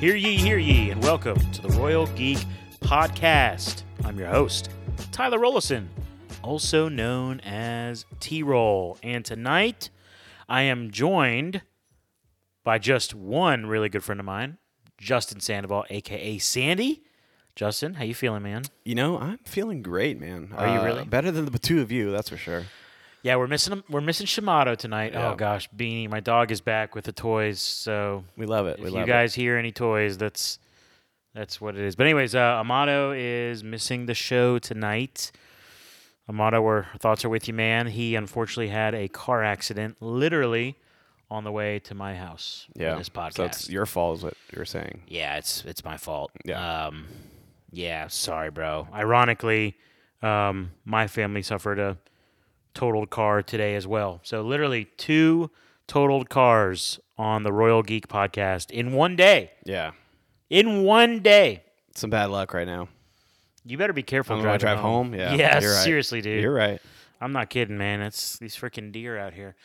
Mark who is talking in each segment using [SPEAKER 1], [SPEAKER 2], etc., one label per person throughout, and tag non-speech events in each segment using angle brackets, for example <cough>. [SPEAKER 1] Hear ye, hear ye, and welcome to the Royal Geek Podcast. I'm your host, Tyler Rollison, also known as T Roll. And tonight I am joined by just one really good friend of mine, Justin Sandoval, aka Sandy. Justin, how you feeling, man?
[SPEAKER 2] You know, I'm feeling great, man. Uh,
[SPEAKER 1] Are you really?
[SPEAKER 2] better than the two of you? That's for sure.
[SPEAKER 1] Yeah, we're missing we're missing Shimato tonight.
[SPEAKER 2] Yeah.
[SPEAKER 1] Oh gosh, Beanie, my dog is back with the toys. So
[SPEAKER 2] We love it.
[SPEAKER 1] if
[SPEAKER 2] we
[SPEAKER 1] you
[SPEAKER 2] love
[SPEAKER 1] guys hear any toys, that's that's what it is. But anyways, uh, Amato is missing the show tonight. Amato, our thoughts are with you, man. He unfortunately had a car accident, literally on the way to my house.
[SPEAKER 2] it.
[SPEAKER 1] for this podcast.
[SPEAKER 2] So it's your fault, is what you're saying.
[SPEAKER 1] Yeah, it's it's my fault.
[SPEAKER 2] Yeah.
[SPEAKER 1] Um, yeah, sorry, bro. Ironically, um, my family suffered a totaled car today as well. So literally two totaled cars on the Royal Geek podcast in one day.
[SPEAKER 2] Yeah,
[SPEAKER 1] In one day.
[SPEAKER 2] some bad luck right now.
[SPEAKER 1] You better be careful
[SPEAKER 2] On the way
[SPEAKER 1] driving
[SPEAKER 2] drive home? Yeah, you're right.
[SPEAKER 1] seriously, dude.
[SPEAKER 2] You're right.
[SPEAKER 1] I'm not kidding, man. It's these freaking deer out here.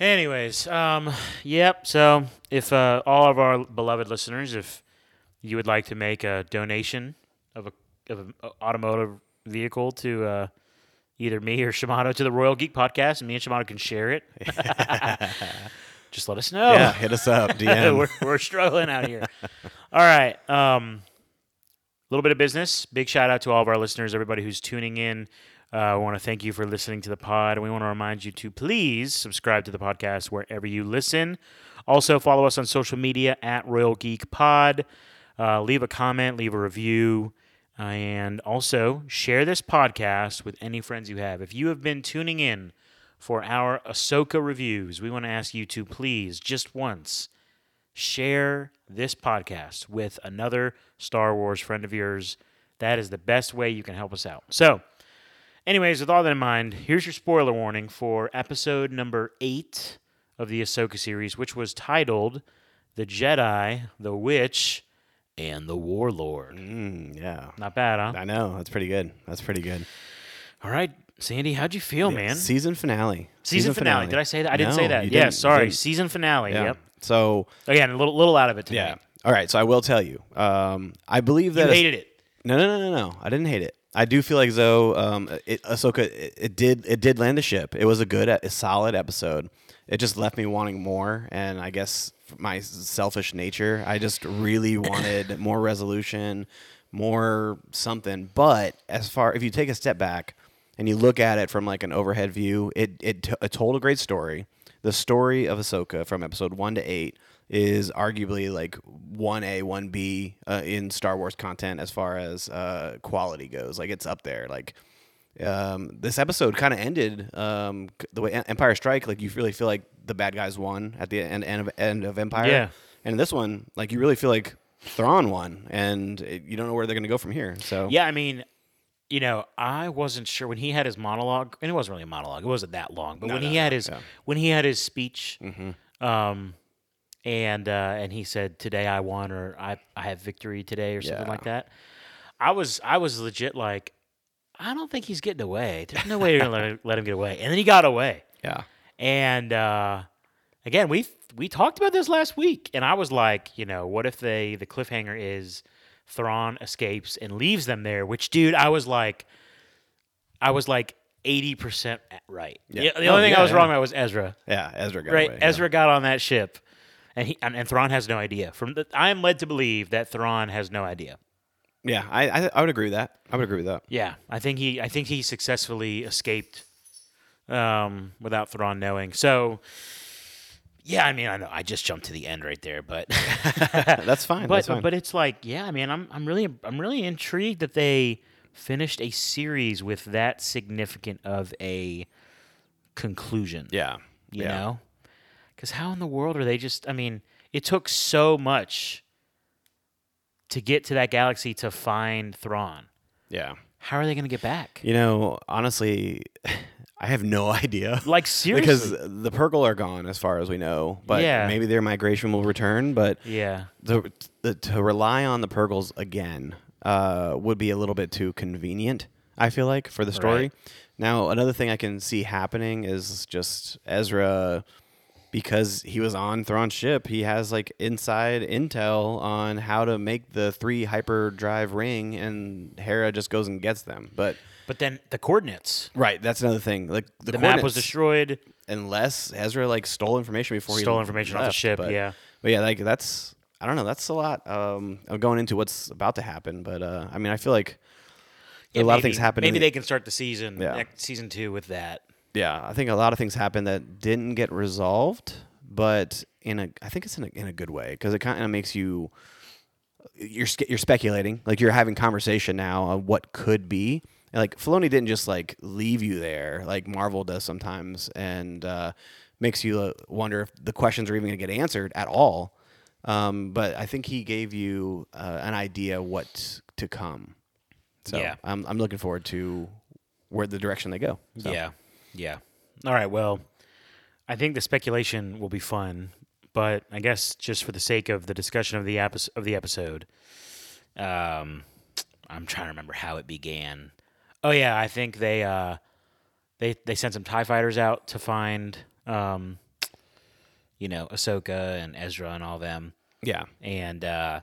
[SPEAKER 1] Anyways, um, yep. So if uh, all of our beloved listeners, if you would like to make a donation of a of an automotive vehicle to uh, either me or Shimano to the Royal Geek Podcast, and me and Shimano can share it. <laughs> Just let us know.
[SPEAKER 2] Yeah, hit
[SPEAKER 1] <laughs>
[SPEAKER 2] us up. DM.
[SPEAKER 1] Oh. we're, we're struggling out here. all right. A um, little bit of business. Big shout out to all of our listeners, everybody who's tuning in. Uh, we want to thank you for listening to the pod. And we want to remind you to please subscribe to the podcast wherever you listen. Also, follow us on social media at Royal Geek Pod. Uh, leave a comment, leave a review, uh, and also share this podcast with any friends you have. If you have been tuning in for our Ahsoka reviews, we want to ask you to please, just once, share this podcast with another Star Wars friend of yours. That is the best way you can help us out. So, anyways, with all that in mind, here's your spoiler warning for episode number eight of the Ahsoka series, which was titled The Jedi, the Witch, and the Warlord.
[SPEAKER 2] Mm, yeah,
[SPEAKER 1] Not bad, huh?
[SPEAKER 2] I know. That's pretty good. That's pretty good.
[SPEAKER 1] All right, Sandy, how'd you feel, man? Season,
[SPEAKER 2] Season finale.
[SPEAKER 1] finale. Did I say that? I didn't
[SPEAKER 2] No,
[SPEAKER 1] say that.
[SPEAKER 2] you
[SPEAKER 1] Yeah,
[SPEAKER 2] didn't. You
[SPEAKER 1] sorry.
[SPEAKER 2] didn't.
[SPEAKER 1] Season finale.
[SPEAKER 2] Yeah.
[SPEAKER 1] Yep.
[SPEAKER 2] So
[SPEAKER 1] Again, a little little out of it
[SPEAKER 2] yeah.
[SPEAKER 1] today.
[SPEAKER 2] All right. So I will tell you. Um, I believe
[SPEAKER 1] You
[SPEAKER 2] that
[SPEAKER 1] hated it.
[SPEAKER 2] No, no, no, no, no. I didn't hate it. I do feel like though, um, it, Ahsoka, it, it did, it did land the ship. It was a good, a solid episode. It just left me wanting more, and I guess my selfish nature, I just really wanted more resolution, more something. But as far if you take a step back and you look at it from like an overhead view, it it, t- it told a great story. The story of Ahsoka from episode one to eight is arguably like 1A, 1B uh, in Star Wars content as far as uh, quality goes. Like it's up there. Like um, this episode kind of ended um, c- the way Em- Empire Strike, like you really feel like the bad guys won at the end, end, of, end of Empire.
[SPEAKER 1] Yeah.
[SPEAKER 2] And in this one, like you really feel like Thrawn won and it, you don't know where they're going to go from here. So
[SPEAKER 1] Yeah, I mean, you know, I wasn't sure when he had his monologue, and it wasn't really a monologue; it wasn't that long. But when he had his when he had his speech, um, and uh, and he said, "Today I won," or "I I have victory today," or something
[SPEAKER 2] Yeah.
[SPEAKER 1] like that. I was I was legit like, I don't think he's getting away. There's no way you're gonna let him, let him get away. And then he got away.
[SPEAKER 2] Yeah.
[SPEAKER 1] And uh, again, we we talked about this last week, and I was like, you know, what if they the cliffhanger is Thrawn escapes and leaves them there? Which, dude, I was like, I was like eighty percent e, right.
[SPEAKER 2] Yeah.
[SPEAKER 1] The, the
[SPEAKER 2] Oh,
[SPEAKER 1] only thing
[SPEAKER 2] yeah,
[SPEAKER 1] I was
[SPEAKER 2] yeah.
[SPEAKER 1] wrong about was Ezra.
[SPEAKER 2] Yeah. Ezra got
[SPEAKER 1] Right,
[SPEAKER 2] away.
[SPEAKER 1] Ezra got on that ship, and he and, and Thrawn has no idea. From the, I am led to believe that Thrawn has no idea.
[SPEAKER 2] Yeah. yeah I, I, I would agree with that. I would agree with that.
[SPEAKER 1] Yeah, I think he I think he successfully escaped um, without Thrawn knowing. So yeah, I mean, I know I just jumped to the end right there, but
[SPEAKER 2] <laughs> That's fine.
[SPEAKER 1] but
[SPEAKER 2] That's fine.
[SPEAKER 1] but it's like, yeah, I mean, I'm I'm really I'm really intrigued that they finished a series with that significant of a conclusion
[SPEAKER 2] yeah.
[SPEAKER 1] you
[SPEAKER 2] yeah.
[SPEAKER 1] know because how in the world are they just i mean it took so much to get to that galaxy to find thrawn
[SPEAKER 2] Yeah.
[SPEAKER 1] how are they going to get back
[SPEAKER 2] You know, honestly, <laughs> I have no <laughs> idea.
[SPEAKER 1] like seriously
[SPEAKER 2] because the Purgle are gone, as far as we know. But
[SPEAKER 1] Yeah.
[SPEAKER 2] maybe their migration will return. But
[SPEAKER 1] yeah
[SPEAKER 2] the, the, to rely on the Purgles again uh, would be a little bit too convenient. I feel like for the story.
[SPEAKER 1] Right.
[SPEAKER 2] Now, another thing I can see happening is just Ezra because he was on Thrawn's ship, he has like inside intel on how to make the three hyperdrive ring, and Hera just goes and gets them. But
[SPEAKER 1] But then the coordinates.
[SPEAKER 2] right, that's another thing. Like the,
[SPEAKER 1] The map was
[SPEAKER 2] coordinates,
[SPEAKER 1] destroyed.
[SPEAKER 2] unless Ezra like stole information before he
[SPEAKER 1] Stole information off the
[SPEAKER 2] left,
[SPEAKER 1] ship,
[SPEAKER 2] But,
[SPEAKER 1] yeah.
[SPEAKER 2] but yeah, like that's I don't know. That's a lot. Um, I'm going into what's about to happen, but uh, I mean, I feel like a
[SPEAKER 1] Yeah,
[SPEAKER 2] lot of
[SPEAKER 1] maybe-
[SPEAKER 2] things happen. in
[SPEAKER 1] Maybe
[SPEAKER 2] the-
[SPEAKER 1] they can start the season,
[SPEAKER 2] Yeah.
[SPEAKER 1] next season two, with that.
[SPEAKER 2] yeah, I think a lot of things happened that didn't get resolved, but in a I think it's in a, in a good way because it kind of makes you you're sca- you're speculating like you're having conversation now on what could be and like Filoni didn't just like leave you there like Marvel does sometimes and uh, makes you uh, wonder if the questions are even going to get answered at all. Um, but I think he gave you uh, an idea what to come. So
[SPEAKER 1] Yeah.
[SPEAKER 2] I'm I'm looking forward to where the direction they go. So.
[SPEAKER 1] Yeah. Yeah. All right. Well, I think the speculation will be fun, but I guess just for the sake of the discussion of the epis of the episode, um, I'm trying to remember how it began. Oh yeah, I think they uh, they they sent some Tie fighters out to find um, you know, Ahsoka and Ezra and all them,
[SPEAKER 2] Yeah.
[SPEAKER 1] and uh,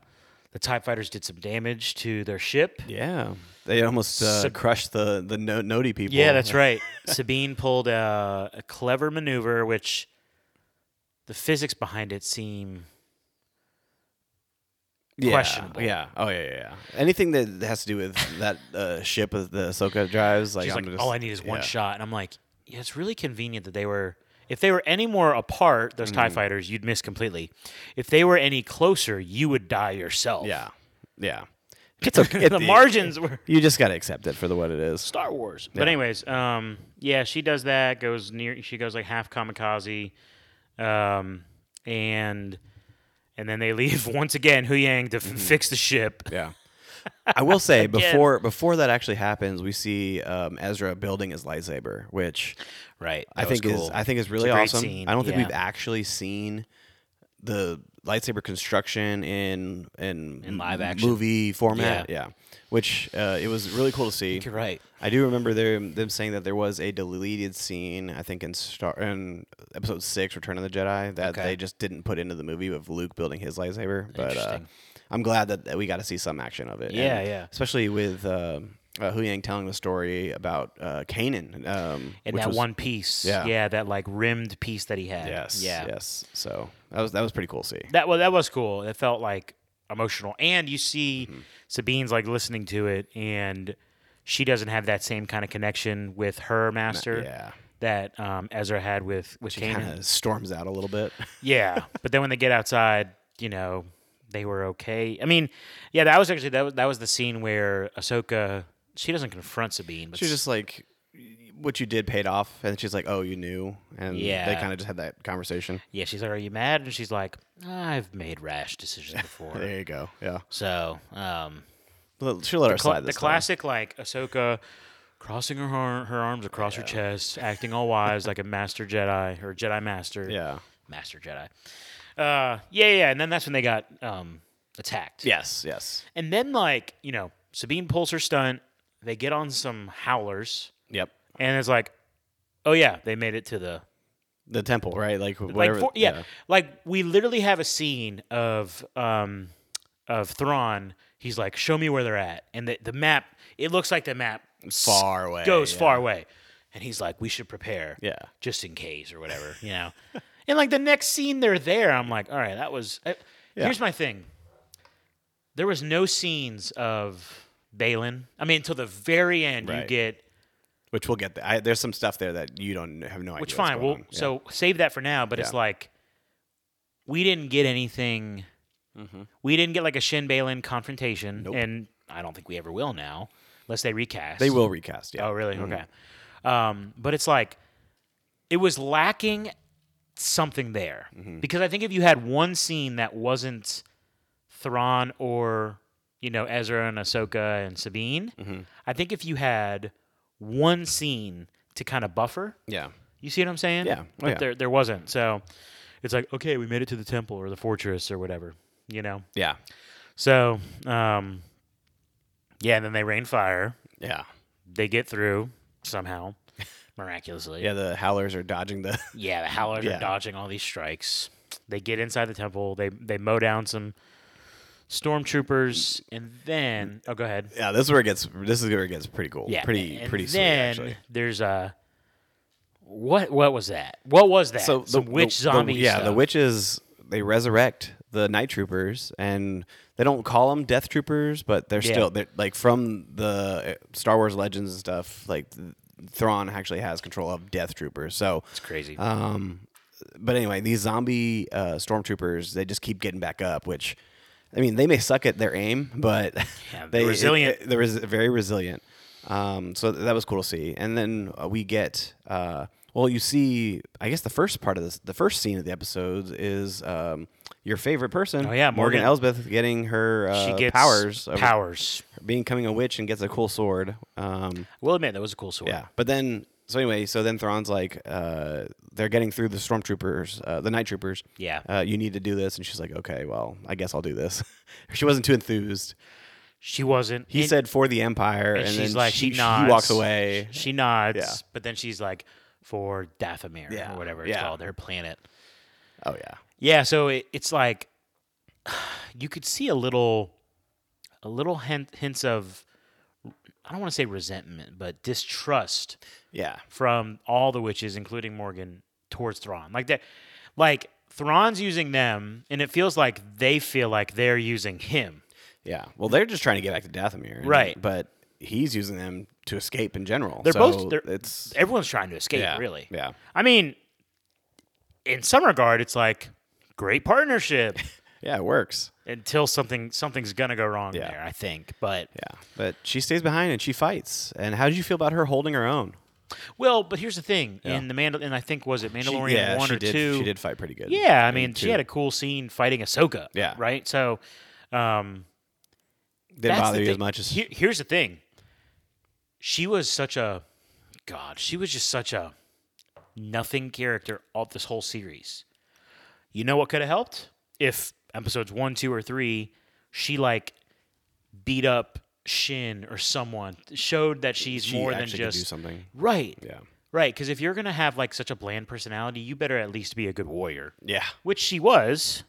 [SPEAKER 1] the Tie fighters did some damage to their ship.
[SPEAKER 2] Yeah, they almost uh,
[SPEAKER 1] Sub-
[SPEAKER 2] crushed the the no- Nodi people.
[SPEAKER 1] Yeah, that's right. <laughs> Sabine pulled a, a clever maneuver, which the physics behind it seem
[SPEAKER 2] Yeah,
[SPEAKER 1] questionable.
[SPEAKER 2] Yeah. Oh yeah, yeah. yeah. Anything that has to do with that uh, ship of the Ahsoka drives, like
[SPEAKER 1] she's
[SPEAKER 2] I'm
[SPEAKER 1] like,
[SPEAKER 2] just,
[SPEAKER 1] all I need is one
[SPEAKER 2] yeah.
[SPEAKER 1] shot, and I'm like, yeah, it's really convenient that they were. If they were any more apart, those Tie Fighters, you'd miss completely. If they were any closer, you would die yourself. <laughs>
[SPEAKER 2] Yeah, yeah. It's okay.
[SPEAKER 1] the margins were
[SPEAKER 2] You just gotta accept it for the what it is.
[SPEAKER 1] Star Wars. But anyways, um, yeah, she does that. Goes near. She goes like half kamikaze, um, and and then they <laughs> leave once again. Hu Yang to f-
[SPEAKER 2] Mm-hmm.
[SPEAKER 1] fix the ship.
[SPEAKER 2] Yeah. I
[SPEAKER 1] <laughs>
[SPEAKER 2] will say before before that actually happens, we see um, Ezra building his lightsaber, which
[SPEAKER 1] Right.
[SPEAKER 2] I think is I think is really
[SPEAKER 1] a great
[SPEAKER 2] awesome.
[SPEAKER 1] scene,
[SPEAKER 2] I don't think
[SPEAKER 1] yeah.
[SPEAKER 2] we've actually seen the lightsaber construction in in,
[SPEAKER 1] In live action.
[SPEAKER 2] movie format. Yeah, which uh, it was really cool to see.
[SPEAKER 1] you're right.
[SPEAKER 2] I do remember them them saying that there was a deleted scene. I think in Star in Episode Six, Return of the Jedi, that
[SPEAKER 1] Okay.
[SPEAKER 2] they just didn't put into the movie of Luke building his lightsaber. But uh,
[SPEAKER 1] Interesting.
[SPEAKER 2] I'm glad that, that we got to see some action of it.
[SPEAKER 1] Yeah, yeah.
[SPEAKER 2] Especially with. Uh, uh, Hu Yang telling the story about uh, Kanan, um,
[SPEAKER 1] And
[SPEAKER 2] which
[SPEAKER 1] that
[SPEAKER 2] was-
[SPEAKER 1] one piece.
[SPEAKER 2] Yeah.
[SPEAKER 1] that like rimmed piece that he had.
[SPEAKER 2] Yes.
[SPEAKER 1] Yeah.
[SPEAKER 2] Yes. So that was that was pretty cool to see.
[SPEAKER 1] That well, that was cool. It felt like emotional, and you see
[SPEAKER 2] Mm-hmm.
[SPEAKER 1] Sabine's like listening to it, and she doesn't have that same kind of connection with her master.
[SPEAKER 2] Yeah.
[SPEAKER 1] That um, Ezra had with with Kanan.
[SPEAKER 2] Kind of storms out a little bit. <laughs>
[SPEAKER 1] Yeah, but then when they get outside, you know, they were okay. I mean, yeah, that was actually that was, that was the scene where Ahsoka she doesn't confront Sabine, but
[SPEAKER 2] She's just like, "What you did paid off," and she's like, "Oh, you knew," and they
[SPEAKER 1] Yeah.
[SPEAKER 2] kind of just had that conversation.
[SPEAKER 1] yeah, she's like, "Are you mad?" And she's like, "I've made rash decisions before."
[SPEAKER 2] There you go. Yeah.
[SPEAKER 1] so, um,
[SPEAKER 2] Well, She'll let her
[SPEAKER 1] cla-
[SPEAKER 2] slide
[SPEAKER 1] the
[SPEAKER 2] this time.
[SPEAKER 1] classic like Ahsoka crossing her har- her arms across her chest, acting all wise like a master Jedi or Jedi master,
[SPEAKER 2] Yeah.
[SPEAKER 1] master Jedi. Uh, yeah, yeah, and then that's when they got um attacked.
[SPEAKER 2] Yes. Yes.
[SPEAKER 1] And then like, you know, Sabine pulls her stunt, they get on some howlers,
[SPEAKER 2] Yep.
[SPEAKER 1] and it's like, oh yeah, they made it to the
[SPEAKER 2] The temple, right? Like
[SPEAKER 1] like
[SPEAKER 2] whatever.
[SPEAKER 1] for, yeah, Like we literally have a scene of um of Thrawn. He's like, show me where they're at. And the, the map, it looks like the map s-
[SPEAKER 2] Far away,
[SPEAKER 1] Goes
[SPEAKER 2] yeah.
[SPEAKER 1] far away. And he's like, we should prepare.
[SPEAKER 2] Yeah.
[SPEAKER 1] Just in case or whatever, you know. <laughs> and like the next scene they're there, I'm like, all right, that was I, here's my thing. There was no scenes of Balin. I mean, until the very end you
[SPEAKER 2] Right.
[SPEAKER 1] get
[SPEAKER 2] Which we'll get. There. I, there's some stuff there that you don't have no idea.
[SPEAKER 1] which
[SPEAKER 2] what's
[SPEAKER 1] fine.
[SPEAKER 2] going
[SPEAKER 1] Well,
[SPEAKER 2] on. Yeah.
[SPEAKER 1] so save that for now. But it's
[SPEAKER 2] Yeah.
[SPEAKER 1] like we didn't get anything.
[SPEAKER 2] Mm-hmm.
[SPEAKER 1] We didn't get like a Shin Balin confrontation, and I don't think we ever will now, unless they recast.
[SPEAKER 2] they will recast. Yeah.
[SPEAKER 1] Oh, really? Okay. Um, but it's like it was lacking something there
[SPEAKER 2] Mm-hmm.
[SPEAKER 1] because I think if you had one scene that wasn't Thrawn or you know Ezra and Ahsoka and Sabine,
[SPEAKER 2] Mm-hmm.
[SPEAKER 1] I think if you had one scene to kind of buffer,
[SPEAKER 2] Yeah.
[SPEAKER 1] you see what I'm saying?
[SPEAKER 2] Yeah. Oh,
[SPEAKER 1] But
[SPEAKER 2] yeah.
[SPEAKER 1] there there wasn't. So it's like, okay, we made it to the temple or the fortress or whatever, you know?
[SPEAKER 2] Yeah.
[SPEAKER 1] So, um, yeah, and then they rain fire.
[SPEAKER 2] Yeah.
[SPEAKER 1] They get through somehow. miraculously.
[SPEAKER 2] Yeah, the Howlers are dodging the.
[SPEAKER 1] Yeah, the Howlers
[SPEAKER 2] Yeah.
[SPEAKER 1] are dodging all these strikes. They get inside the temple. They they mow down some stormtroopers, and then oh, go ahead.
[SPEAKER 2] Yeah, this is where it gets. This is where it gets pretty cool.
[SPEAKER 1] Yeah,
[SPEAKER 2] pretty
[SPEAKER 1] and
[SPEAKER 2] pretty sweet
[SPEAKER 1] Then
[SPEAKER 2] actually.
[SPEAKER 1] there's a what? What was that? What was that?
[SPEAKER 2] So
[SPEAKER 1] some
[SPEAKER 2] the
[SPEAKER 1] witch uh,
[SPEAKER 2] the-
[SPEAKER 1] zombie.
[SPEAKER 2] The, yeah, the
[SPEAKER 1] stuff.
[SPEAKER 2] witches they resurrect the night troopers, and they don't call them death troopers, but they're
[SPEAKER 1] Yeah.
[SPEAKER 2] still they're like from the uh, Star Wars Legends and stuff. Like Thrawn actually has control of death troopers, so
[SPEAKER 1] It's crazy.
[SPEAKER 2] um, but anyway, these zombie uh, stormtroopers they just keep getting back up, which I mean they may suck at their aim, but <laughs>
[SPEAKER 1] Yeah,
[SPEAKER 2] they
[SPEAKER 1] resilient.
[SPEAKER 2] It, they're res- very resilient. Um, so th- that was cool to see. And then uh, we get uh, well, you see, I guess the first part of this, the first scene of the episodes is um, your favorite person,
[SPEAKER 1] Oh, yeah,
[SPEAKER 2] Morgan,
[SPEAKER 1] Morgan.
[SPEAKER 2] Elsbeth getting her uh,
[SPEAKER 1] she gets
[SPEAKER 2] powers, of
[SPEAKER 1] Powers.
[SPEAKER 2] becoming a witch and gets a cool sword. Um,
[SPEAKER 1] We'll admit that was a cool sword.
[SPEAKER 2] yeah, but then so anyway, so then Thrawn's like, uh, they're getting through the stormtroopers, uh, the night troopers.
[SPEAKER 1] Yeah.
[SPEAKER 2] uh, you need to do this, and she's like, okay, well, I guess I'll do this. <laughs> she wasn't too enthused.
[SPEAKER 1] She wasn't.
[SPEAKER 2] He
[SPEAKER 1] and
[SPEAKER 2] said for the Empire, and,
[SPEAKER 1] and she's
[SPEAKER 2] then
[SPEAKER 1] like
[SPEAKER 2] she,
[SPEAKER 1] she,
[SPEAKER 2] she
[SPEAKER 1] nods.
[SPEAKER 2] walks away.
[SPEAKER 1] She nods,
[SPEAKER 2] Yeah.
[SPEAKER 1] but then she's like for Dathomir
[SPEAKER 2] Yeah,
[SPEAKER 1] or whatever it's
[SPEAKER 2] yeah.
[SPEAKER 1] called, her planet.
[SPEAKER 2] Oh yeah,
[SPEAKER 1] Yeah, so it, it's like <sighs> you could see a little, a little hint, hints of, I don't want to say resentment, but distrust
[SPEAKER 2] yeah,
[SPEAKER 1] from all the witches, including Morgan, towards Thrawn. Like that, like Thrawn's using them, and it feels like they feel like they're using him.
[SPEAKER 2] yeah. Well, they're just trying to get back to Dathomir, and-
[SPEAKER 1] Right.
[SPEAKER 2] But he's using them to escape in general.
[SPEAKER 1] They're
[SPEAKER 2] so
[SPEAKER 1] both. They're,
[SPEAKER 2] it's
[SPEAKER 1] everyone's trying to escape.
[SPEAKER 2] yeah,
[SPEAKER 1] Really.
[SPEAKER 2] yeah.
[SPEAKER 1] I mean, in some regard, it's like great
[SPEAKER 2] <laughs>
[SPEAKER 1] partnership
[SPEAKER 2] Yeah, it works.
[SPEAKER 1] until something something's gonna go wrong
[SPEAKER 2] Yeah.
[SPEAKER 1] there. I think, but
[SPEAKER 2] Yeah, but she stays behind and she fights. And how did you feel about her holding her own?
[SPEAKER 1] well, but here's the thing in the Mandal, and I think was it
[SPEAKER 2] She-
[SPEAKER 1] Mandalorian
[SPEAKER 2] yeah,
[SPEAKER 1] one
[SPEAKER 2] she
[SPEAKER 1] or
[SPEAKER 2] did,
[SPEAKER 1] two?
[SPEAKER 2] She did fight pretty good.
[SPEAKER 1] Yeah, I
[SPEAKER 2] in
[SPEAKER 1] mean, she
[SPEAKER 2] two.
[SPEAKER 1] had a cool scene fighting Ahsoka.
[SPEAKER 2] Yeah.
[SPEAKER 1] right. So, um,
[SPEAKER 2] didn't
[SPEAKER 1] That's
[SPEAKER 2] bother
[SPEAKER 1] the
[SPEAKER 2] you as
[SPEAKER 1] thing.
[SPEAKER 2] much as
[SPEAKER 1] Here- here's the thing. She was such a god. She was just such a nothing character all this whole series. You know what could have helped if episodes one, two, or three, she like beat up Shin or someone, showed that she's
[SPEAKER 2] she
[SPEAKER 1] more than
[SPEAKER 2] actually could do
[SPEAKER 1] just
[SPEAKER 2] something.
[SPEAKER 1] right,
[SPEAKER 2] Yeah,
[SPEAKER 1] right. Because if you're gonna have like such a bland personality, you better at least be a good warrior
[SPEAKER 2] yeah,
[SPEAKER 1] which she was.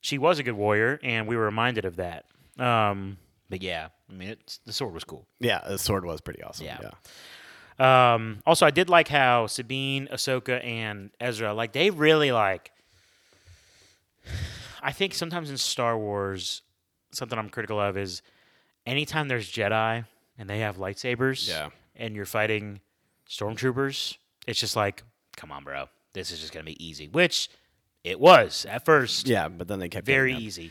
[SPEAKER 1] She was a good warrior, and we were reminded of that. Um, but yeah, I mean, it's, the sword was cool.
[SPEAKER 2] yeah. The sword was pretty awesome. Yeah,
[SPEAKER 1] Yeah. Um, also, I did like how Sabine, Ahsoka, and Ezra, like, they really like. <sighs> I think sometimes in Star Wars, something I'm critical of is anytime there's Jedi and they have lightsabers,
[SPEAKER 2] Yeah.
[SPEAKER 1] and you're fighting stormtroopers, it's just like, come on, bro, this is just gonna be easy. Which it was at first.
[SPEAKER 2] yeah. But then they kept
[SPEAKER 1] very
[SPEAKER 2] getting up.
[SPEAKER 1] easy.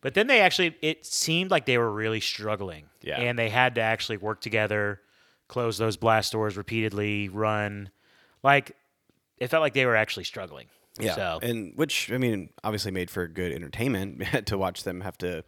[SPEAKER 1] But then they actually, it seemed like they were really struggling.
[SPEAKER 2] Yeah.
[SPEAKER 1] And they had to actually work together, close those blast doors repeatedly, run. Like, it felt like they were actually struggling.
[SPEAKER 2] Yeah,
[SPEAKER 1] So,
[SPEAKER 2] and which I mean, obviously made for good entertainment <laughs> to watch them have to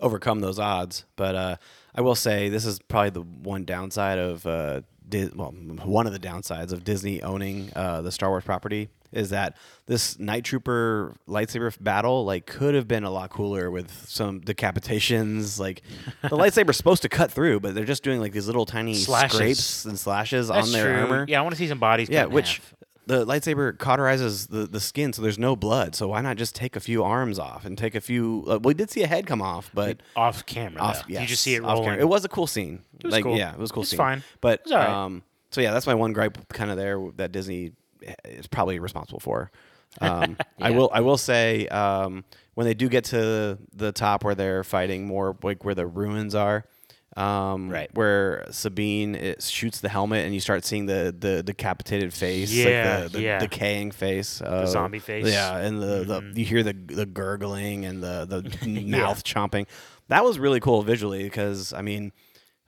[SPEAKER 2] overcome those odds. But uh, I will say this is probably the one downside of uh, Di- well, m- one of the downsides of Disney owning uh, the Star Wars property is that this Night Trooper lightsaber battle like could have been a lot cooler with some decapitations. Like
[SPEAKER 1] <laughs>
[SPEAKER 2] the lightsaber's supposed to cut through, but they're just doing like these little tiny
[SPEAKER 1] Slashes.
[SPEAKER 2] scrapes and slashes
[SPEAKER 1] that's
[SPEAKER 2] on their
[SPEAKER 1] true.
[SPEAKER 2] armor.
[SPEAKER 1] Yeah, I want to see some bodies.
[SPEAKER 2] Yeah,
[SPEAKER 1] cut in
[SPEAKER 2] which
[SPEAKER 1] half.
[SPEAKER 2] the lightsaber cauterizes the, the skin, so there's no blood. So why not just take a few arms off and take a few? Uh, we did see a head come off, but
[SPEAKER 1] off camera.
[SPEAKER 2] off.
[SPEAKER 1] though.
[SPEAKER 2] Yes,
[SPEAKER 1] you just see it
[SPEAKER 2] off
[SPEAKER 1] rolling.
[SPEAKER 2] camera. It was a cool scene. It
[SPEAKER 1] was
[SPEAKER 2] like,
[SPEAKER 1] cool.
[SPEAKER 2] Yeah, it was a cool
[SPEAKER 1] It's
[SPEAKER 2] scene.
[SPEAKER 1] fine.
[SPEAKER 2] But
[SPEAKER 1] It's all right.
[SPEAKER 2] um, so yeah, that's my one gripe, kind of there that Disney eh, is probably responsible for.
[SPEAKER 1] <laughs>
[SPEAKER 2] Um, I will I will say um, when they do get to the top where they're fighting more like where the ruins are. Um,
[SPEAKER 1] Right.
[SPEAKER 2] where Sabine it shoots the helmet and you start seeing the, the decapitated face,
[SPEAKER 1] Yeah,
[SPEAKER 2] like the, the
[SPEAKER 1] yeah.
[SPEAKER 2] decaying face, uh,
[SPEAKER 1] zombie face.
[SPEAKER 2] yeah, and the, the you hear the the gurgling and the the mouth chomping. That was really cool visually because I mean,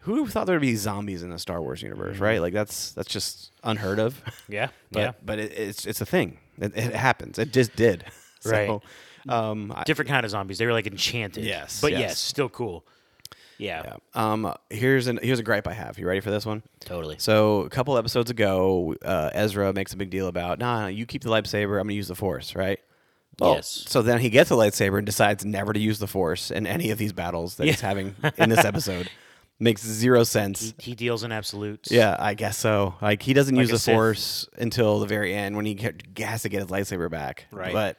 [SPEAKER 2] who thought there'd be zombies in the Star Wars universe, right? Like that's that's just unheard of.
[SPEAKER 1] yeah.
[SPEAKER 2] But
[SPEAKER 1] yeah.
[SPEAKER 2] but it, it's it's a thing. It, it happens. It just did. <laughs> So, um, I,
[SPEAKER 1] Different kind of zombies. They were like enchanted.
[SPEAKER 2] Yes,
[SPEAKER 1] But
[SPEAKER 2] yes.
[SPEAKER 1] yes, still cool. Yeah,
[SPEAKER 2] yeah. um, here's an here's a gripe I have. You ready for this one?
[SPEAKER 1] totally.
[SPEAKER 2] So a couple episodes ago, uh, Ezra makes a big deal about, nah, you keep the lightsaber, I'm gonna use the Force, right?
[SPEAKER 1] Yes.
[SPEAKER 2] So then
[SPEAKER 1] <laughs>
[SPEAKER 2] he gets a lightsaber and decides never to use the Force in any of these battles that he's having in this episode. Makes zero sense.
[SPEAKER 1] He, he deals in absolutes.
[SPEAKER 2] Yeah, I guess so. Like he doesn't
[SPEAKER 1] Like
[SPEAKER 2] use
[SPEAKER 1] a
[SPEAKER 2] the
[SPEAKER 1] Sith.
[SPEAKER 2] force until the very end when he ge- has to get his lightsaber back.
[SPEAKER 1] Right.
[SPEAKER 2] But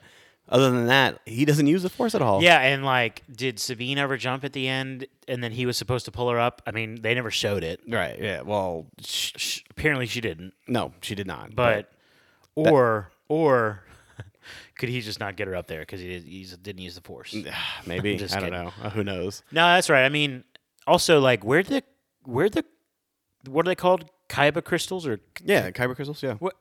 [SPEAKER 2] other than that, he doesn't use the force at all.
[SPEAKER 1] Yeah, and like, did Sabine ever jump at the end? And then he was supposed to pull her up. I mean, they never showed it.
[SPEAKER 2] Right. Yeah. Well, sh-
[SPEAKER 1] Sh- apparently, she didn't.
[SPEAKER 2] no, she did not.
[SPEAKER 1] But or or <laughs> could he just not get her up there because he, did- he didn't use the force? No,
[SPEAKER 2] <sighs> maybe
[SPEAKER 1] Just
[SPEAKER 2] I don't
[SPEAKER 1] kidding.
[SPEAKER 2] know. Uh, Who knows?
[SPEAKER 1] that's right. I mean, also like, where the where the what are they called? Kaiba crystals or
[SPEAKER 2] Yeah, kyber crystals. Yeah.
[SPEAKER 1] what?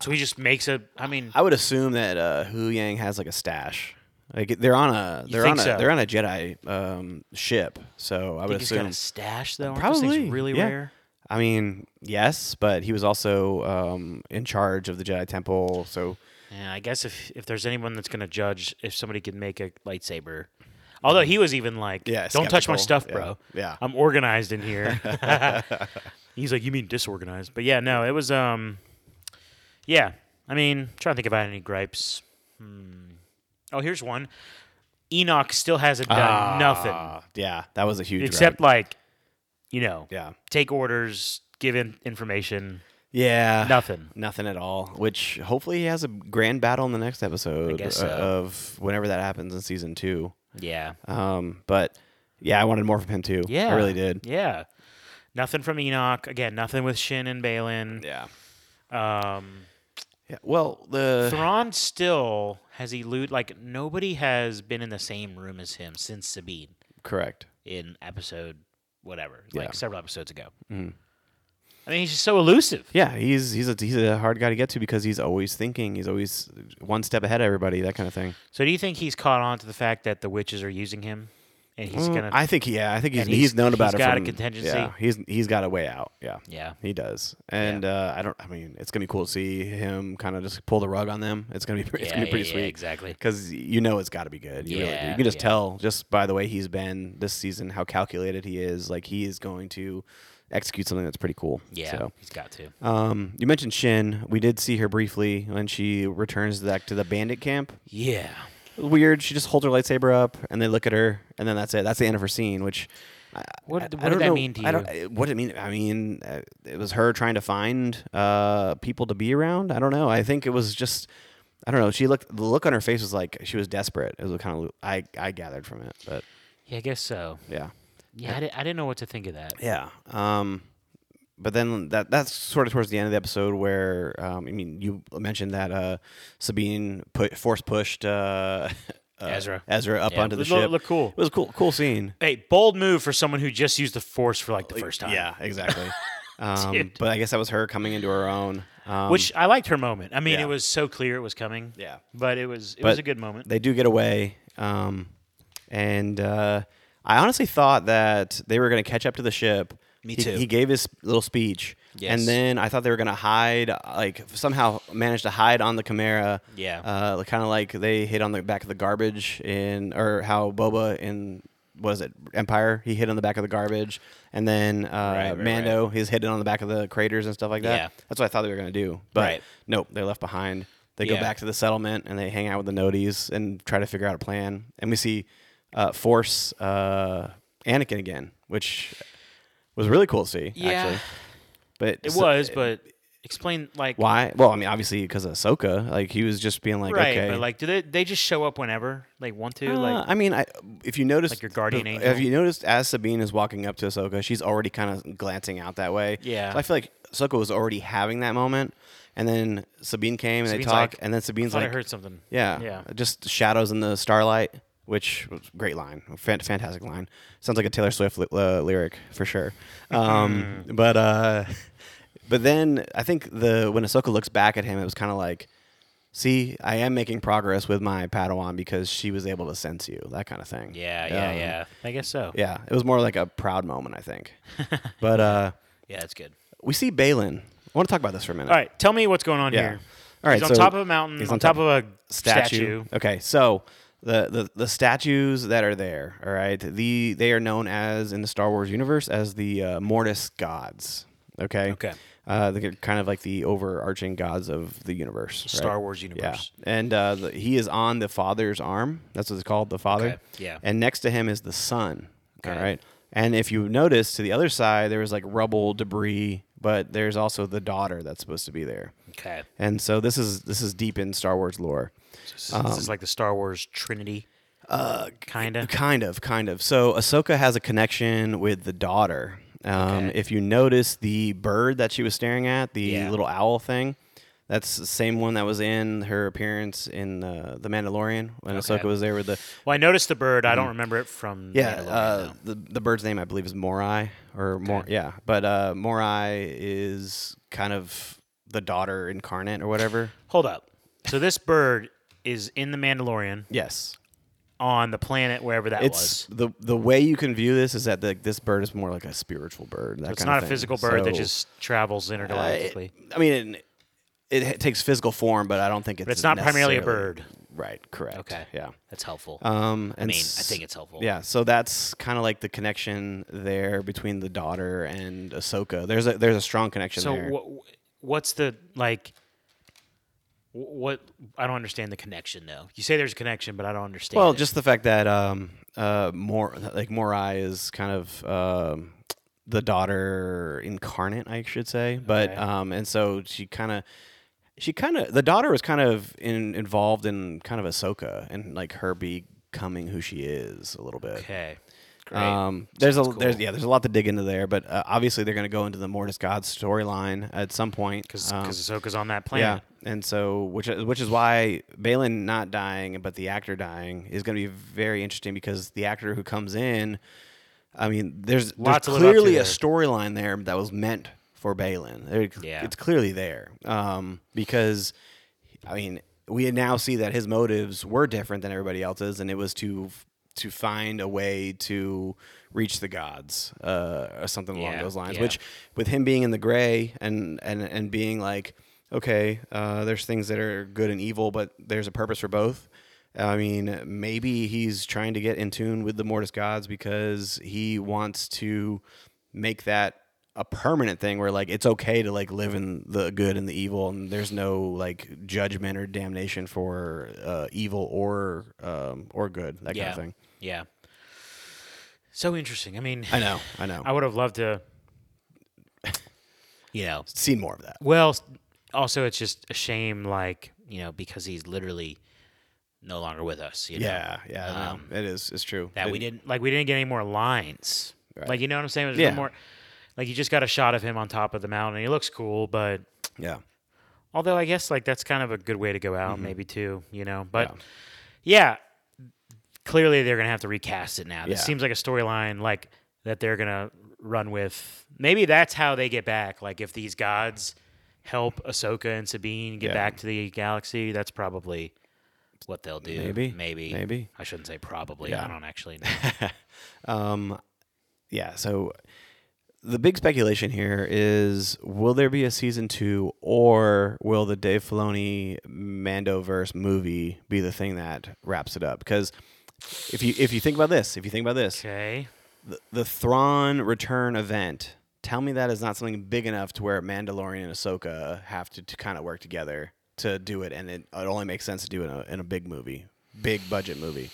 [SPEAKER 1] So he just makes a. I mean,
[SPEAKER 2] I would assume that uh, Hu Yang has like a stash. Like they're on a
[SPEAKER 1] You
[SPEAKER 2] they're
[SPEAKER 1] think
[SPEAKER 2] on a
[SPEAKER 1] so?
[SPEAKER 2] they're on a Jedi um, ship. So I would
[SPEAKER 1] think he's got
[SPEAKER 2] assume.
[SPEAKER 1] a stash though. Aren't those
[SPEAKER 2] Probably,
[SPEAKER 1] things really
[SPEAKER 2] yeah.
[SPEAKER 1] rare.
[SPEAKER 2] I mean, yes, but he was also um, in charge of the Jedi Temple. So
[SPEAKER 1] Yeah, I guess if if there's anyone that's gonna judge if somebody can make a lightsaber, although he was even like,
[SPEAKER 2] Yeah,
[SPEAKER 1] don't touch my
[SPEAKER 2] skeptical.
[SPEAKER 1] stuff, bro.
[SPEAKER 2] Yeah, yeah.
[SPEAKER 1] <laughs> I'm organized in here." <laughs> He's like, "You mean disorganized?" But yeah, no, it was um, yeah. I mean, trying to think about any gripes. Hmm. Oh, here's one. Enoch still hasn't done Uh, nothing
[SPEAKER 2] Ah, yeah, that was a huge
[SPEAKER 1] except
[SPEAKER 2] gripe.
[SPEAKER 1] like, you know,
[SPEAKER 2] yeah,
[SPEAKER 1] take orders, give in information,
[SPEAKER 2] yeah,
[SPEAKER 1] nothing.
[SPEAKER 2] nothing at all. Which hopefully he has a grand battle in the next episode
[SPEAKER 1] guess so.
[SPEAKER 2] uh, of whenever that happens in season two.
[SPEAKER 1] Yeah.
[SPEAKER 2] Um, but yeah, I wanted more from him too.
[SPEAKER 1] Yeah.
[SPEAKER 2] I really did.
[SPEAKER 1] Yeah. Nothing from Enoch. Again, nothing with Shin and Balin.
[SPEAKER 2] Yeah.
[SPEAKER 1] Um,
[SPEAKER 2] Yeah. Well, the
[SPEAKER 1] Thrawn still has eluded, like, nobody has been in the same room as him since Sabine
[SPEAKER 2] correct.
[SPEAKER 1] in episode whatever,
[SPEAKER 2] Yeah. Mm-hmm.
[SPEAKER 1] like several episodes ago. I mean, he's just so elusive.
[SPEAKER 2] Yeah, he's he's a he's a hard guy to get to because he's always thinking. He's always one step ahead of everybody. That kind of thing.
[SPEAKER 1] So, do you think he's caught on to the fact that the witches are using him? And he's
[SPEAKER 2] Mm,
[SPEAKER 1] going to.
[SPEAKER 2] I think yeah. I think he's
[SPEAKER 1] and
[SPEAKER 2] he's,
[SPEAKER 1] he's-
[SPEAKER 2] known about
[SPEAKER 1] he's
[SPEAKER 2] it.
[SPEAKER 1] got a
[SPEAKER 2] from-
[SPEAKER 1] contingency.
[SPEAKER 2] Yeah, he's he's got a way out. Yeah.
[SPEAKER 1] Yeah.
[SPEAKER 2] He does, and uh, I don't. I mean, it's gonna be cool to see him kind of just pull the rug on them. It's gonna be it's
[SPEAKER 1] yeah,
[SPEAKER 2] gonna be pretty
[SPEAKER 1] yeah,
[SPEAKER 2] sweet.
[SPEAKER 1] yeah, exactly.
[SPEAKER 2] because you know it's got to be good. You, really do.
[SPEAKER 1] Yeah,
[SPEAKER 2] you can just
[SPEAKER 1] yeah.
[SPEAKER 2] tell just by the way he's been this season how calculated he is. Like he is going to execute something that's pretty cool.
[SPEAKER 1] Yeah.
[SPEAKER 2] So,
[SPEAKER 1] He's got to.
[SPEAKER 2] um, you mentioned Shin. We did see her briefly when she returns back to the bandit camp.
[SPEAKER 1] Yeah.
[SPEAKER 2] Weird. She just holds her lightsaber up and they look at her and then that's it. That's the end of her scene. Which I-
[SPEAKER 1] What-
[SPEAKER 2] I- I
[SPEAKER 1] what
[SPEAKER 2] don't
[SPEAKER 1] did that
[SPEAKER 2] know-
[SPEAKER 1] mean to
[SPEAKER 2] I
[SPEAKER 1] you?
[SPEAKER 2] don't, uh, what did it mean? I mean, uh, it was her trying to find uh, people to be around. I don't know. I think it was just. I don't know. She looked. The look on her face was like she was desperate. It was kind of. I I gathered from it, but
[SPEAKER 1] Yeah, I guess so.
[SPEAKER 2] yeah,
[SPEAKER 1] Yeah, I, di- I didn't know what to think of that.
[SPEAKER 2] yeah. Um, but then that that's sort of towards the end of the episode where um, I mean, you mentioned that uh, Sabine put force pushed uh, <laughs> uh,
[SPEAKER 1] Ezra.
[SPEAKER 2] Ezra up
[SPEAKER 1] Yeah,
[SPEAKER 2] onto the
[SPEAKER 1] it lo-
[SPEAKER 2] ship.
[SPEAKER 1] looked cool.
[SPEAKER 2] It was a cool, cool scene.
[SPEAKER 1] Hey, bold move for someone who just used the force for like the first time.
[SPEAKER 2] Yeah,
[SPEAKER 1] <laughs>
[SPEAKER 2] exactly. um,
[SPEAKER 1] Dude.
[SPEAKER 2] but I guess that was her coming into her own. Um,
[SPEAKER 1] Which I liked her moment. I mean,
[SPEAKER 2] Yeah.
[SPEAKER 1] it was so clear it was coming.
[SPEAKER 2] yeah,
[SPEAKER 1] But it was it
[SPEAKER 2] But-
[SPEAKER 1] was a good moment.
[SPEAKER 2] they do get away. Um, and uh, I honestly thought that they were going to catch up to the ship.
[SPEAKER 1] Me
[SPEAKER 2] He-
[SPEAKER 1] too.
[SPEAKER 2] He gave his little speech,
[SPEAKER 1] Yes.
[SPEAKER 2] and then I thought they were going to hide, like somehow managed to hide on the Chimera.
[SPEAKER 1] Yeah.
[SPEAKER 2] uh, kind of like they hid on the back of the garbage in, or how Boba in what is it Empire? He hid on the back of the garbage, and then uh,
[SPEAKER 1] Right, right,
[SPEAKER 2] Mando he's hidden on the back of the craters and stuff like that.
[SPEAKER 1] Yeah.
[SPEAKER 2] That's what I thought they were going to do, but
[SPEAKER 1] Right.
[SPEAKER 2] nope, they're left behind. They go
[SPEAKER 1] Yeah.
[SPEAKER 2] back to the settlement and they hang out with the Nodis and try to figure out a plan. And we see uh, Force uh, Anakin again, which was really cool to see.
[SPEAKER 1] Yeah.
[SPEAKER 2] actually. but
[SPEAKER 1] It
[SPEAKER 2] so- eh,
[SPEAKER 1] was, but explain like
[SPEAKER 2] why? Well, I mean, obviously because of Ahsoka, like he was just being like,
[SPEAKER 1] right,
[SPEAKER 2] okay,
[SPEAKER 1] but like do they they just show up whenever they want to?
[SPEAKER 2] Uh,
[SPEAKER 1] like
[SPEAKER 2] I mean, I if you notice,
[SPEAKER 1] Like your guardian angel?
[SPEAKER 2] Have you noticed as Sabine is walking up to Ahsoka, she's already kind of glancing out that way.
[SPEAKER 1] Yeah.
[SPEAKER 2] so I feel like Ahsoka was already having that moment, and then Sabine came and
[SPEAKER 1] Sabine's
[SPEAKER 2] they talk,
[SPEAKER 1] like,
[SPEAKER 2] and then
[SPEAKER 1] I
[SPEAKER 2] Sabine's
[SPEAKER 1] thought
[SPEAKER 2] like,
[SPEAKER 1] I heard something.
[SPEAKER 2] yeah.
[SPEAKER 1] Yeah.
[SPEAKER 2] Just shadows in the starlight, which was a great line, a fan- fantastic line. Sounds like a Taylor Swift li- uh, lyric for sure. Um,
[SPEAKER 1] Hmm.
[SPEAKER 2] but uh, but then I think the when Ahsoka looks back at him, it was kind of like, see, I am making progress with my Padawan because she was able to sense you, that kind of thing.
[SPEAKER 1] Yeah, yeah,
[SPEAKER 2] Um,
[SPEAKER 1] yeah. I guess so. Yeah,
[SPEAKER 2] Yeah, it was more like a proud moment,
[SPEAKER 1] <laughs>
[SPEAKER 2] I think. but uh,
[SPEAKER 1] that's good.
[SPEAKER 2] we see Balin. I want to talk about this for a minute.
[SPEAKER 1] All right, tell me what's going on
[SPEAKER 2] Yeah.
[SPEAKER 1] here.
[SPEAKER 2] All right,
[SPEAKER 1] he's on
[SPEAKER 2] so
[SPEAKER 1] top of a mountain.
[SPEAKER 2] he's
[SPEAKER 1] on
[SPEAKER 2] on
[SPEAKER 1] top
[SPEAKER 2] top
[SPEAKER 1] of a
[SPEAKER 2] statue.
[SPEAKER 1] statue.
[SPEAKER 2] Okay, so the, the the statues that are there, all right, the they are known as in the Star Wars universe as the uh, Mortis gods. Okay.
[SPEAKER 1] Okay.
[SPEAKER 2] Uh, they're kind of like the overarching gods of the universe. right?
[SPEAKER 1] Star Wars universe.
[SPEAKER 2] Yeah. And uh, the, he is on the father's arm. That's what it's called, the father.
[SPEAKER 1] Okay, yeah.
[SPEAKER 2] And next to him is the son.
[SPEAKER 1] Okay.
[SPEAKER 2] All right. And if you notice to the other side, there was like rubble, debris, but there's also the daughter that's supposed to be there.
[SPEAKER 1] Okay.
[SPEAKER 2] And so this is this is deep in Star Wars lore.
[SPEAKER 1] This, this
[SPEAKER 2] Um,
[SPEAKER 1] is like the Star Wars Trinity. Uh,
[SPEAKER 2] <laughs>
[SPEAKER 1] kinda.
[SPEAKER 2] Kind of, kind of. So Ahsoka has a connection with the daughter. Um,
[SPEAKER 1] Okay.
[SPEAKER 2] If you notice the bird that she was staring at, the
[SPEAKER 1] Yeah.
[SPEAKER 2] little owl thing, that's the same one that was in her appearance in uh, The Mandalorian when
[SPEAKER 1] Okay.
[SPEAKER 2] Ahsoka was there with the
[SPEAKER 1] Well, I noticed the bird. I don't remember it from.
[SPEAKER 2] Mm-hmm. yeah
[SPEAKER 1] Mandalorian,
[SPEAKER 2] uh,
[SPEAKER 1] though.
[SPEAKER 2] the the bird's name I believe is Morai or Mor yeah, but uh, Morai is kind of the daughter incarnate or <sighs> whatever.
[SPEAKER 1] Hold up. So this bird is in the Mandalorian
[SPEAKER 2] Yes,
[SPEAKER 1] on the planet wherever that
[SPEAKER 2] it's
[SPEAKER 1] was.
[SPEAKER 2] the the way you can view this is that the, this bird is more like a spiritual bird. That
[SPEAKER 1] It's
[SPEAKER 2] kind of
[SPEAKER 1] not a
[SPEAKER 2] thing.
[SPEAKER 1] physical bird that
[SPEAKER 2] So-
[SPEAKER 1] just travels
[SPEAKER 2] Uh, it-
[SPEAKER 1] intergalactically.
[SPEAKER 2] I mean, it, it ha- takes physical form, but I don't think it's.
[SPEAKER 1] but it's not primarily a
[SPEAKER 2] necessarily-
[SPEAKER 1] bird.
[SPEAKER 2] Right. Correct.
[SPEAKER 1] Okay.
[SPEAKER 2] Yeah.
[SPEAKER 1] That's helpful.
[SPEAKER 2] Um. And
[SPEAKER 1] I mean, I
[SPEAKER 2] s-
[SPEAKER 1] think it's helpful.
[SPEAKER 2] Yeah. So that's kind of like the connection there between the daughter and Ahsoka. There's a there's a strong connection
[SPEAKER 1] So
[SPEAKER 2] there.
[SPEAKER 1] wha- what's the like? wh- What I don't understand the connection though. You say there's a connection, but I don't understand.
[SPEAKER 2] well,
[SPEAKER 1] it.
[SPEAKER 2] just the fact that um uh more like Morai is kind of um the daughter incarnate, I should say, but
[SPEAKER 1] Okay.
[SPEAKER 2] um and so she kind of. She kind of the daughter was kind of in, involved in kind of Ahsoka and like her becoming who she is a little bit.
[SPEAKER 1] okay. Great.
[SPEAKER 2] Um, there's a
[SPEAKER 1] Sounds
[SPEAKER 2] there's
[SPEAKER 1] cool.
[SPEAKER 2] yeah there's a lot to dig into there, but uh, obviously they're going to go into the Mortis God storyline at some point.
[SPEAKER 1] Because
[SPEAKER 2] Um,
[SPEAKER 1] Ahsoka's on that
[SPEAKER 2] yeah,
[SPEAKER 1] planet.
[SPEAKER 2] and so which which is why Balin not dying, but the actor dying is going to be very interesting because the actor who comes in, I mean, there's, there's
[SPEAKER 1] Lot to live up to
[SPEAKER 2] clearly a
[SPEAKER 1] there.
[SPEAKER 2] storyline there that was meant for Balin. It-
[SPEAKER 1] Yeah.
[SPEAKER 2] it's clearly there um, because I mean we now see that his motives were different than everybody else's, and it was to to find a way to reach the gods uh, or something along
[SPEAKER 1] Yeah,
[SPEAKER 2] those lines.
[SPEAKER 1] yeah.
[SPEAKER 2] Which with him being in the gray and and and being like okay uh, there's things that are good and evil but there's a purpose for both i mean maybe he's trying to get in tune with the mortis gods because he wants to make that a permanent thing where like it's okay to like live in the good and the evil and there's no like judgment or damnation for uh, evil or um, or good that
[SPEAKER 1] Yeah.
[SPEAKER 2] kind of thing
[SPEAKER 1] yeah. So interesting. I mean,
[SPEAKER 2] i know i know
[SPEAKER 1] I would have loved to. You know,
[SPEAKER 2] seen more of that
[SPEAKER 1] Well, s- also it's just a shame, like you know, because he's literally no longer with us. You know?
[SPEAKER 2] yeah yeah I know. it is it's true
[SPEAKER 1] Um, that
[SPEAKER 2] It-
[SPEAKER 1] we didn't like. We didn't get any more lines.
[SPEAKER 2] Right.
[SPEAKER 1] Like you know what I'm saying? There's
[SPEAKER 2] Yeah.
[SPEAKER 1] no more. Like you just got a shot of him on top of the mountain. He looks cool, but
[SPEAKER 2] yeah
[SPEAKER 1] although I guess like that's kind of a good way to go out,
[SPEAKER 2] Mm-hmm.
[SPEAKER 1] maybe too. You know, but yeah. clearly they're gonna have to recast it now. This
[SPEAKER 2] Yeah.
[SPEAKER 1] seems like a storyline like that they're gonna run with. Maybe that's how they get back. Like if these gods help Ahsoka and Sabine get
[SPEAKER 2] Yeah.
[SPEAKER 1] back to the galaxy, that's probably what they'll do.
[SPEAKER 2] Maybe.
[SPEAKER 1] maybe,
[SPEAKER 2] Maybe.
[SPEAKER 1] I shouldn't say probably. I
[SPEAKER 2] Yeah.
[SPEAKER 1] don't actually. know.
[SPEAKER 2] <laughs> Um, yeah. So the big speculation here is: will there be a season two, or will the Dave Filoni Mandoverse movie be the thing that wraps it up? Because if you if you think about this, if you think about this,
[SPEAKER 1] Okay.
[SPEAKER 2] the, the Thrawn return event. Tell me that is not something big enough to where Mandalorian and Ahsoka have to, to kind of work together to do it, and it, it only makes sense to do it in a, in a big movie, big budget movie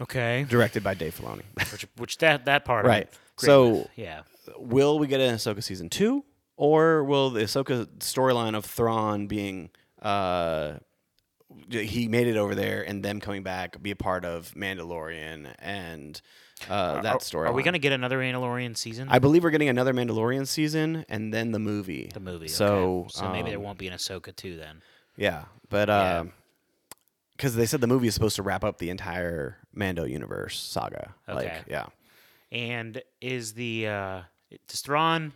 [SPEAKER 1] Okay.
[SPEAKER 2] directed by Dave Filoni.
[SPEAKER 1] Which, which that that part. I'm
[SPEAKER 2] Right.
[SPEAKER 1] great
[SPEAKER 2] <laughs> So-
[SPEAKER 1] with. yeah.
[SPEAKER 2] will we get an Ahsoka season two, or will the Ahsoka storyline of Thrawn being uh, he made it over there and them coming back be a part of Mandalorian and uh, that story?
[SPEAKER 1] Are we gonna get another Mandalorian season?
[SPEAKER 2] I believe we're getting another Mandalorian season and then the movie.
[SPEAKER 1] the movie.
[SPEAKER 2] So,
[SPEAKER 1] okay. so maybe there
[SPEAKER 2] um,
[SPEAKER 1] won't be an Ahsoka too then.
[SPEAKER 2] Yeah, but
[SPEAKER 1] Yeah.
[SPEAKER 2] because they said the movie is supposed to wrap up the entire Mando universe saga.
[SPEAKER 1] Okay.
[SPEAKER 2] Like, yeah.
[SPEAKER 1] And is the uh does Thrawn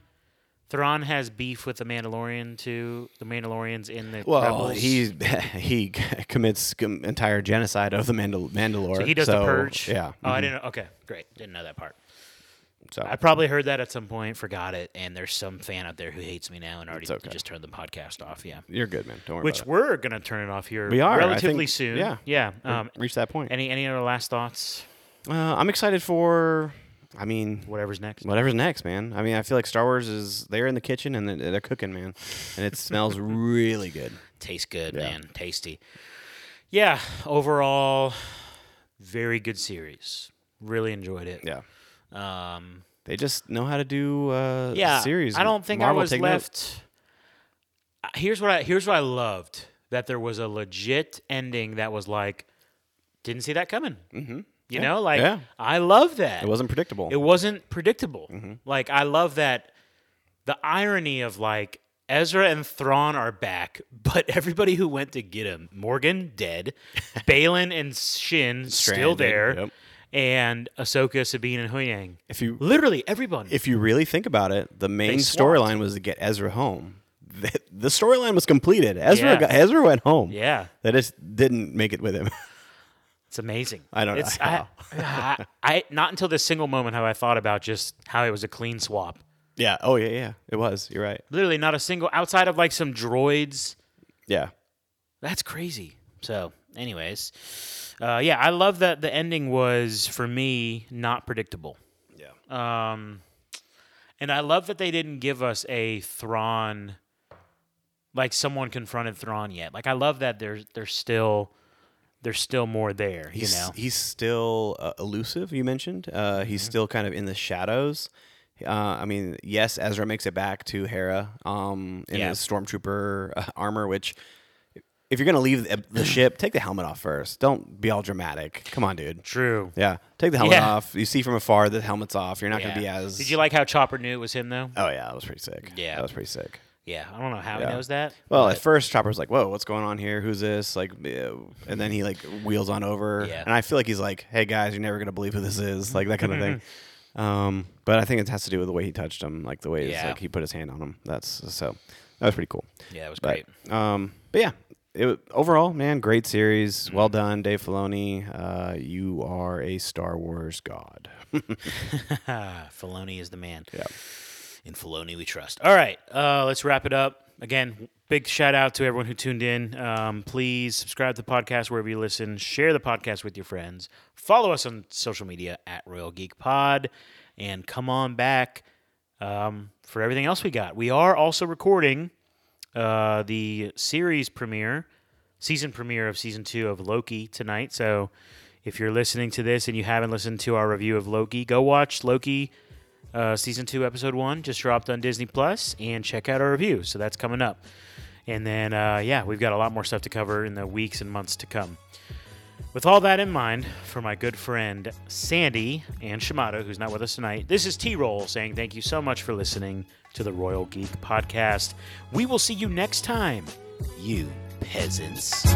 [SPEAKER 1] Thrawn has beef with the Mandalorian too? The Mandalorians in the
[SPEAKER 2] Well,
[SPEAKER 1] Rebels?
[SPEAKER 2] he <laughs> he commits com- entire genocide of the Mandal- Mandalore.
[SPEAKER 1] so he does the
[SPEAKER 2] so,
[SPEAKER 1] purge.
[SPEAKER 2] Yeah. Mm-hmm.
[SPEAKER 1] Oh, I didn't. know. Okay, great. Didn't know that part.
[SPEAKER 2] So
[SPEAKER 1] I probably heard that at some point, forgot it, and there's some fan out there who hates me now and already
[SPEAKER 2] It's okay.
[SPEAKER 1] just turned the podcast off. Yeah,
[SPEAKER 2] you're good, man. Don't worry
[SPEAKER 1] which
[SPEAKER 2] about
[SPEAKER 1] we're gonna turn it off here.
[SPEAKER 2] We are, I
[SPEAKER 1] relatively
[SPEAKER 2] think-
[SPEAKER 1] soon.
[SPEAKER 2] yeah.
[SPEAKER 1] yeah.
[SPEAKER 2] it.
[SPEAKER 1] Um,
[SPEAKER 2] Reach that point.
[SPEAKER 1] any any other last thoughts?
[SPEAKER 2] Uh, I'm excited for. I mean,
[SPEAKER 1] Whatever's next.
[SPEAKER 2] whatever's next, man. I mean, I feel like Star Wars is they're in the kitchen and they're they're cooking, man, and
[SPEAKER 1] <laughs>
[SPEAKER 2] it smells really good.
[SPEAKER 1] Tastes good,
[SPEAKER 2] Yeah.
[SPEAKER 1] man. Tasty. Yeah. Overall, very good series. Really enjoyed it.
[SPEAKER 2] Yeah.
[SPEAKER 1] Um,
[SPEAKER 2] They just know how to do uh,
[SPEAKER 1] yeah,
[SPEAKER 2] series.
[SPEAKER 1] I don't think
[SPEAKER 2] Marvel
[SPEAKER 1] I was
[SPEAKER 2] take note.
[SPEAKER 1] left. Uh, Here's what I here's what I loved that there was a legit ending that was like, didn't see that coming. Mm-hmm. You know, like
[SPEAKER 2] Yeah.
[SPEAKER 1] I love that.
[SPEAKER 2] It Mm-hmm. wasn't predictable.
[SPEAKER 1] It wasn't predictable. Like I love that the irony of like Ezra and Thrawn are back, <laughs> but everybody who went to get him, Morgan
[SPEAKER 2] <laughs>
[SPEAKER 1] dead, Balin and Shin still
[SPEAKER 2] Stranded,
[SPEAKER 1] there,
[SPEAKER 2] yep.
[SPEAKER 1] and Ahsoka, Sabine, and Huyang.
[SPEAKER 2] if you
[SPEAKER 1] Literally everyone.
[SPEAKER 2] if you really think about it, the main
[SPEAKER 1] swapped.
[SPEAKER 2] storyline was to get Ezra home. The, the storyline was completed. Ezra
[SPEAKER 1] Yeah.
[SPEAKER 2] got, Ezra went home.
[SPEAKER 1] yeah,
[SPEAKER 2] They just didn't make it with him. <laughs>
[SPEAKER 1] it's amazing.
[SPEAKER 2] I don't know
[SPEAKER 1] it's,
[SPEAKER 2] how. <laughs>
[SPEAKER 1] I, I, I not until this single moment have I thought about just how it was a clean swap.
[SPEAKER 2] yeah. Oh yeah, yeah. It was. You're right.
[SPEAKER 1] Literally not a single outside of like some droids.
[SPEAKER 2] Yeah.
[SPEAKER 1] That's crazy. So, anyways, uh, yeah, I love that the ending was for me not predictable.
[SPEAKER 2] Yeah.
[SPEAKER 1] Um, and I love that they didn't give us a Thrawn, like someone confronted Thrawn yet. Like I love that there's there's still there's still more there.
[SPEAKER 2] He's,
[SPEAKER 1] you know, Mm-hmm.
[SPEAKER 2] he's still uh, elusive. You mentioned uh, he's still kind of in the shadows. Uh, I mean, yes, Ezra makes it back to Hera um, in
[SPEAKER 1] Yeah.
[SPEAKER 2] his stormtrooper uh, armor. Which, if you're gonna leave the,
[SPEAKER 1] <clears throat>
[SPEAKER 2] the ship, take the helmet off first. Don't be all dramatic. Come on, dude.
[SPEAKER 1] true.
[SPEAKER 2] Yeah, take the helmet
[SPEAKER 1] Yeah.
[SPEAKER 2] off. You see from afar, the helmet's off. You're not gonna be
[SPEAKER 1] Yeah.
[SPEAKER 2] as.
[SPEAKER 1] Did you like how Chopper knew it was him though?
[SPEAKER 2] oh yeah, that was pretty sick.
[SPEAKER 1] Yeah.
[SPEAKER 2] that was pretty sick.
[SPEAKER 1] Yeah, I don't know how
[SPEAKER 2] Yeah.
[SPEAKER 1] he knows that.
[SPEAKER 2] Well,
[SPEAKER 1] but-
[SPEAKER 2] at first, Chopper's like, "Whoa, what's going on here? Who's this?" Like, ew. and then he like wheels on over,
[SPEAKER 1] Yeah.
[SPEAKER 2] and I feel like he's like, "Hey guys, you're never gonna believe who this is," like that kind of
[SPEAKER 1] <laughs>
[SPEAKER 2] thing. Um, but I think it has to do with the way he touched him, like the way it's,
[SPEAKER 1] Yeah.
[SPEAKER 2] like he put his hand on him. That's so that was pretty cool.
[SPEAKER 1] yeah, it was
[SPEAKER 2] But
[SPEAKER 1] great.
[SPEAKER 2] um, but yeah, it wa- overall, man, great series. Well
[SPEAKER 1] Mm-hmm.
[SPEAKER 2] done, Dave Filoni. Uh, you are a Star Wars god.
[SPEAKER 1] Uh, Filoni is the man.
[SPEAKER 2] Yeah.
[SPEAKER 1] In Filoni, we trust. All right, uh, let's wrap it up. Again, big shout out to everyone who tuned in. Um, please subscribe to the podcast wherever you listen. Share the podcast with your friends. Follow us on social media at Royal Geek Pod, and come on back um, for everything else we got. We are also recording uh, the series premiere, season premiere of season two of Loki tonight. So if you're listening to this and you haven't listened to our review of Loki, go watch Loki uh, season two, episode one, just dropped on Disney Plus, and check out our review. So that's coming up. And then, uh, yeah, we've got a lot more stuff to cover in the weeks and months to come. With all that in mind, for my good friend Sandy and Shimada, who's not with us tonight, this is T Roll saying thank you so much for listening to the Royal Geek Podcast. We will see you next time, you peasants.